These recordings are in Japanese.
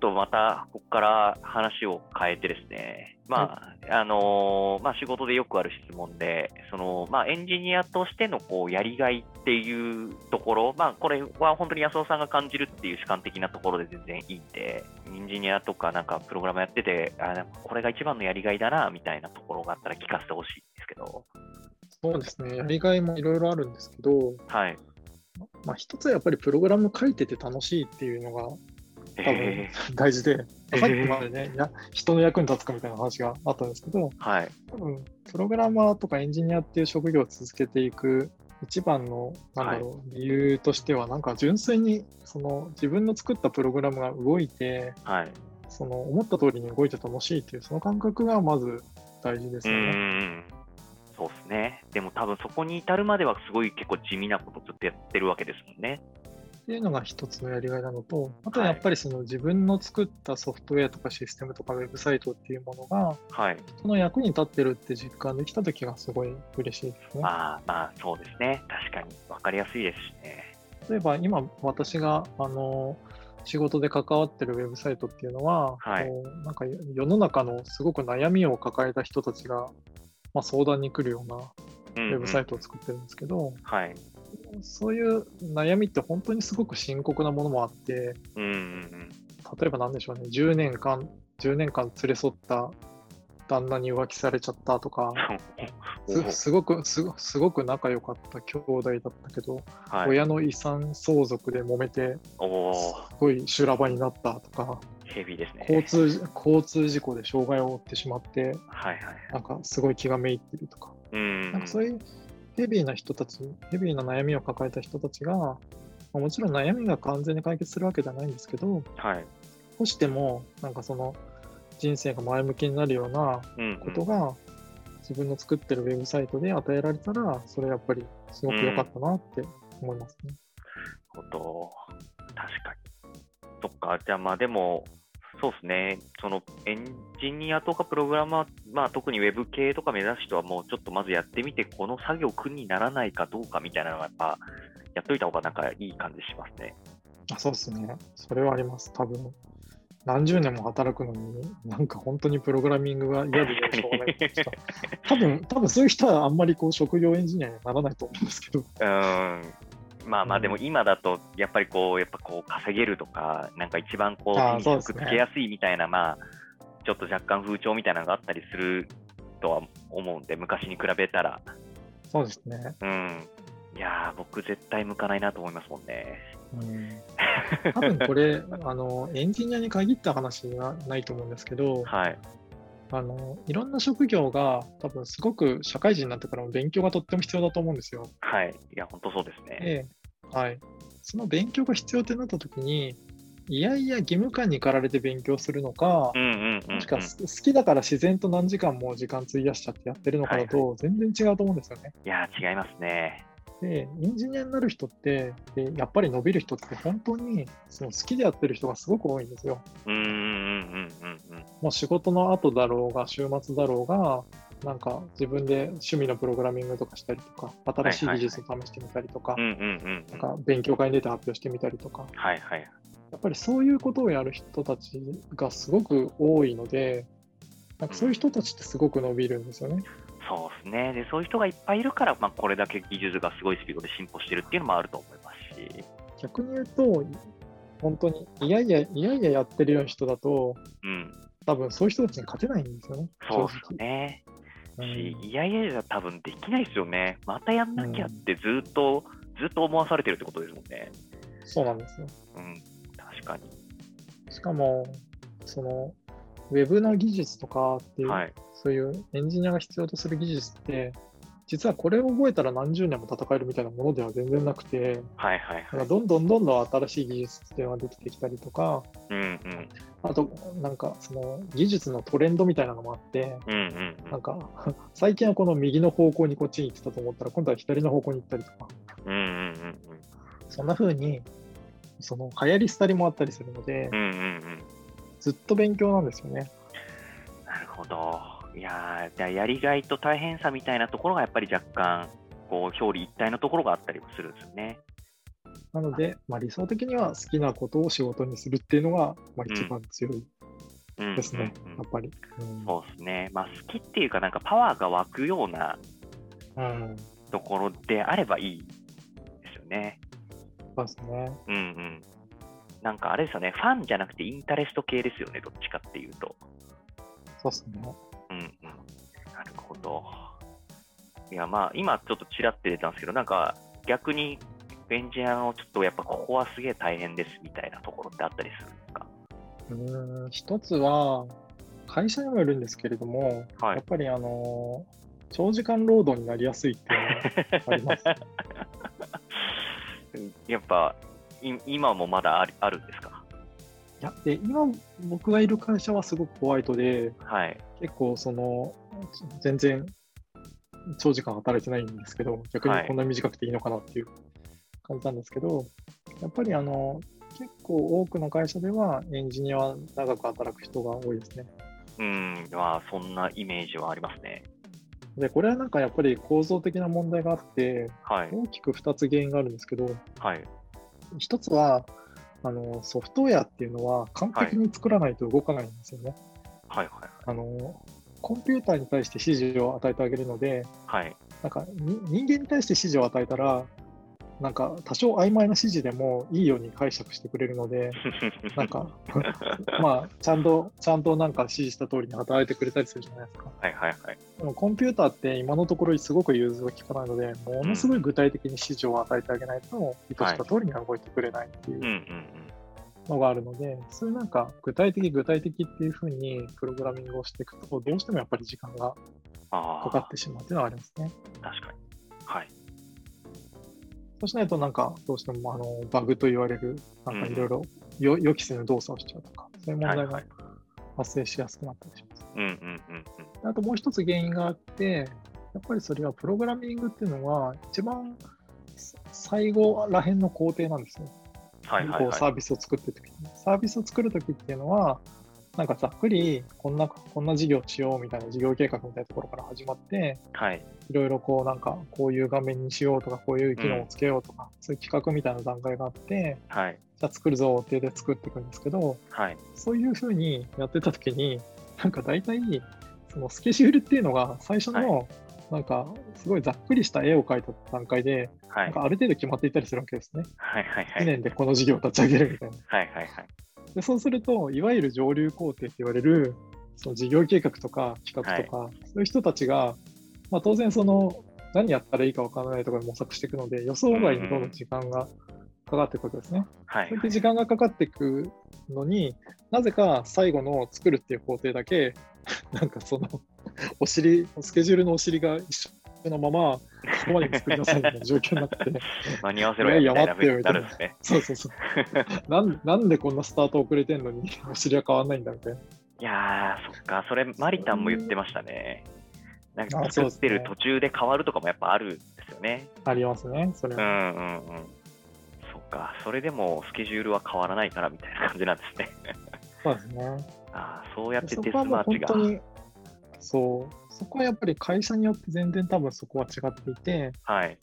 またここから話を変えてですね、まああのまあ、仕事でよくある質問でその、まあ、エンジニアとしてのこうやりがいっていうところ、まあ、これは本当に安尾さんが感じるっていう主観的なところで全然いいんでエンジニアとかなんかプログラムやっててあなんかこれが一番のやりがいだなみたいなところがあったら聞かせてほしいんですけど。そうですね、やりがいもいろいろあるんですけど、はい、まあ、一つはやっぱりプログラム書いてて楽しいっていうのが多分え大事で、えーさっきまでね、いや人の役に立つかみたいな話があったんですけど、ー はい、多分プログラマーとかエンジニアっていう職業を続けていく一番のなんだろう理由としては、なんか純粋にその自分の作ったプログラムが動いて、はい、その思った通りに動いて楽しいっていう、その感覚がまず大事ですうよね。んそうですねでも多分そこに至るまではすごい結構地味なことずっとやってるわけですもんね。っていうのが一つのやりがいなのと、あとははやいっぱりその自分の作ったソフトウェアとかシステムとかウェブサイトっていうものが、はい、人の役に立ってるって実感できた時がすごい嬉しいですね。まあまあそうですね確かに分かりやすいですしね。例えば今私があの仕事で関わってるウェブサイトっていうのは、はいこうなんか世の中のすごく悩みを抱えた人たちが、まあ、相談に来るようなうんウェブサイトを作ってるんですけど、はい。そういう悩みって本当にすごく深刻なものもあってうんうんうん。例えば何でしょうね10年間10年間連れ添った旦那に浮気されちゃったとかすすごくすごすごく仲良かった兄弟だったけど、はい。親の遺産相続で揉めておおすごい修羅場になったとか、ー、ヘビーですね。交通交通事故で障害を負ってしまって、はいはい。なんかすごい気がめいってるとか、うん。なんかそういう。いうヘビーな人たち、ヘビーな悩みを抱えた人たちが、まあもちろん悩みが完全に解決するわけじゃないんですけど、はい。少しでもなんかその人生が前向きになるようなうん、ことが、自分の作ってるウェブサイトで与えられたら、それやっぱりすごく良かったなって思いますね。こと。確かに。そっか、じゃあまあでも、そうですね、そのエンジニアとかプログラマー、まあ、特にウェブ系とか目指す人は、もうちょっとまずやってみて、この作業、苦にならないかどうかみたいなのが、やっぱ、やっといた方がなんかいい感じしますね。あそうですね。それはあります。多分何十年も働くのに、なんか本当にプログラミングが嫌でしょうがないって 人多分、多分そういう人はあんまりこう職業エンジニアにはならないと思うんですけど。うーんまあまうあんでも今だとやっぱりこうやっぱこう稼げるとかなんか一番こうあー手にそうで職すねつけやすいみたいなまあちょっと若干風潮みたいなのがあったりするとは思うんで昔に比べたらそうですね。うんいやー僕絶対向かないなと思いますもんねうん、多分これあの、エンジニアに限った話はないと思うんですけ ど、はいあのいろんな職業が多分すごく社会人になってからも勉強がとっても必要だと思うんですよ。はいいや本当そうですねではい、その勉強が必要ってなった時に、いやいや義務感に駆られて勉強するのかう、んうんうん、うん、もしか好好きだから自然と何時間も時間費やしちゃってやってるのかだと全然違うと思うんですよね。いやー違いますねで、エンジニアになる人って、でやっぱり伸びる人って本当にその好きでやってる人がすごく多いんですよ。うんうんうんうんうんもう仕事の後だろうが、週末だろうが、なんか自分で趣味のプログラミングとかしたりとか、新しい技術を試してみたりとかう、んうんうんうなんんか勉強会に出て発表してみたりとか、はいはいやっぱりそういうことをやる人たちがすごく多いので、なんかそういう人たちってすごく伸びるんですよね。そうですねで、そういう人がいっぱいいるから、まあ、これだけ技術がすごいスピードで進歩してるっていうのもあると思いますし、逆に言うと、本当にいやいや、いやいややってるような人だと、うん、多分そういう人たちに勝てないんですよね。そうですね、正直し、いやいやじゃ多分できないですよね、またやんなきゃってずっと、ずっと思わされてるってことですもんね。うんそうなんですよ。うん、確かに。しかも、その、ウェブの技術とかっていう、はい。そういうエンジニアが必要とする技術って、実はこれを覚えたら何十年も戦えるみたいなものでは全然なくて、はいはいはなんかい。どんどんどんどん新しい技術っていうのができてきたりとか、うんうん。あと、なんかその技術のトレンドみたいなのもあって、うんうんうなんん。か最近はこの右の方向にこっちに行ってたと思ったら今度は左の方向に行ったりとかうんうんうんうん。そんな風にその流行り廃りもあったりするのでうんうんうん。ずっと勉強なんですよね。なるほど。いやーじゃあやりがいと大変さみたいなところがやっぱり若干こう表裏一体のところがあったりもするんですよね。なので、まあ、理想的には好きなことを仕事にするっていうのが、まあ、一番強いうんですね、うんうんやっぱり。うんそうですね、まあ、好きっていうか、なんかパワーが湧くようなうん、ところであればいいですよね。そうですね。うんうん。なんかあれですよね、ファンじゃなくてインタレスト系ですよね、どっちかっていうと。そうですね。うんうん。なるほど。いや、まあ、今ちょっとちらって出たんですけど、なんか逆にエンジニアのちょっとやっぱここはすげえ大変ですみたいなところってあったりするんですかうん、一つは、会社にもよるんですけれども、はいやっぱりあのー長時間労働になりやすいっていうのがあり ます。やっぱい今もまだあるあるんですかいやで今僕がいる会社はすごくホワイトではい。結構その全然長時間働いてないんですけど逆はにいこんな短くていいのかなっていう感じなんですけど、やっぱりあの結構多くの会社ではエンジニアは長く働く人が多いですね。うん、まあ、そんなイメージはありますね。でこれはなんかやっぱり構造的な問題があってはい。大きく2つ原因があるんですけどはい。 1つはあのソフトウェアっていうのは完璧に作らないと動かないんですよね。はいはいあのコンピューターに対して指示を与えてあげるので、はい。なんかに人間に対して指示を与えたら、なんか多少曖昧な指示でもいいように解釈してくれるので、な んかまあちゃんとちゃんとなんか指示した通りに働いてくれたりするじゃないですか。はいはいはい。でもコンピューターって今のところすごく融通が利かないので、ものすごい具体的に指示を与えてあげないと意図した通りには動いてくれないっていううんうんのがあるので、そういうなんか具体的具体的っていうふうにプログラミングをしていくと、どうしてもやっぱり時間うがん。ああ、かかってしまうっていうのはありますね。確かに。はい。そうしないとなんかどうしてもあのバグと言われるなんかうんいろいろよ予期せぬ動作をしちゃうとかそういう問題はいはがい発生しやすくなったりします。うんうんうんあともう一つ原因があってやっぱりそれはプログラミングっていうのは一番最後らへんの工程なんですよ。うん。はいはいこうサはービスを作ってるときサービスを作るときっていうのはなんかざっくりこんなこんな事業しようみたいな事業計画みたいなところから始まってい。はい。いろいろこうなんかこういう画面にしようとかこういう機能をつけようとか、そういう企画みたいな段階があってはい。じゃあ作るぞってで作っていくんですけどはい。そういうふうにやってた時になんか大体そのスケジュールっていうのが最初の、なんかすごいざっくりした絵を描いた段階で、はないん。かある程度決まっていたりするわけですね。はいはいは2い。年でこの事業を立ち上げるみたいな。はいはいはい。でそうすると、いわゆる上流工程って言われる、その事業計画とか企画とか、そういう人たちが、まあ、当然その、何やったらいいか分からないところに模索していくので、予想外にどんどん時間がかかっていくわけですね。はそういやって時間がかかっていくのに、なぜか最後の作るっていう工程だけ、 なんかその、お尻、スケジュールのお尻が一緒のまま、ここまでに作りなさいみたいな状況になって、 間に合わせろやみたいなふうになるんですね。そうそうそう。なんなんでこんなスタート遅れてんのに、お尻は変わんないんだみたいな。いやー、そっか、それ、マリタンも言ってましたね。なんかあそ作っうですねてる途中で変わるとかもやっぱあるんですよね。ありますね、それうは。んうんうん。そっか、それでもスケジュールは変わらないからみたいな感じなんですね。そうですね。ああ、そうやってそデスこはもマうーチ本が。当に、そう、そこはやっぱり会社によって全然多分そこは違っていて、はい。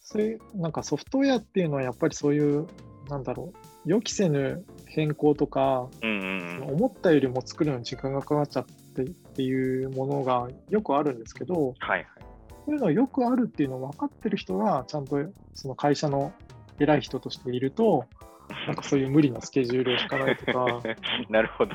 そういう、なんかソフトウェアっていうのはやっぱりそういう、なんだろう、予期せぬ変更とか、うんうんうん。思ったよりも作るのに時間がかかっちゃってっていうものがよくあるんですけど、はいはい。そういうのよくあるっていうのを分かってる人が、ちゃんとその会社の偉い人としていると、なんかそういう無理なスケジュールを引かないとか、 なるほど。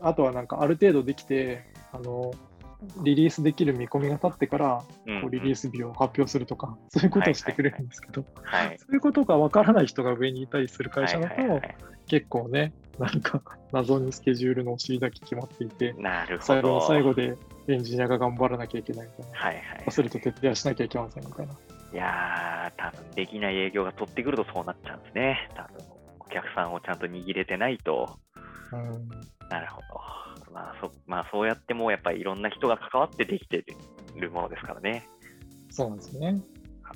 あとはなんかある程度できて、あのリリースできる見込みが立ってから、うんこううんリリース日を発表するとか、そういうことをしてくれるんですけど、はい。そういうことがわからない人が上にいたりする会社だはいはいとは、い結構ね、なんか謎にスケジュールのお尻だけ決まっていて、なるほ最後ど。の最後でエンジニアが頑張らなきゃいけないみたい な、はいはい。忘れと徹夜しなきゃいけませんみたいな。いやー、多分できない営業が取ってくるとそうなっちゃうんですね。多分お客さんをちゃんと握れてないと。うんなるほど。まあそまあ、そうやってもうやっぱりいろんな人が関わってできてるものですからね。そうなんですよね。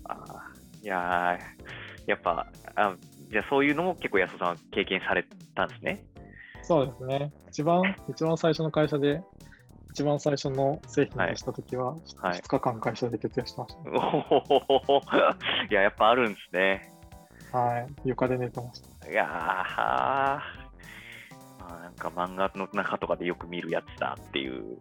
あーいやー、やっぱあ、じゃあそういうのも結構安田さんは経験されたんですね。そうですね。一番、一番最初の会社で、一番最初の製品にしたときは、はい2日間会社で徹夜してましおおいや、やっぱあるんですね。た。はい。床で寝てました。いやーまあ、なんか漫画の中とかでよく見るやつだっていう。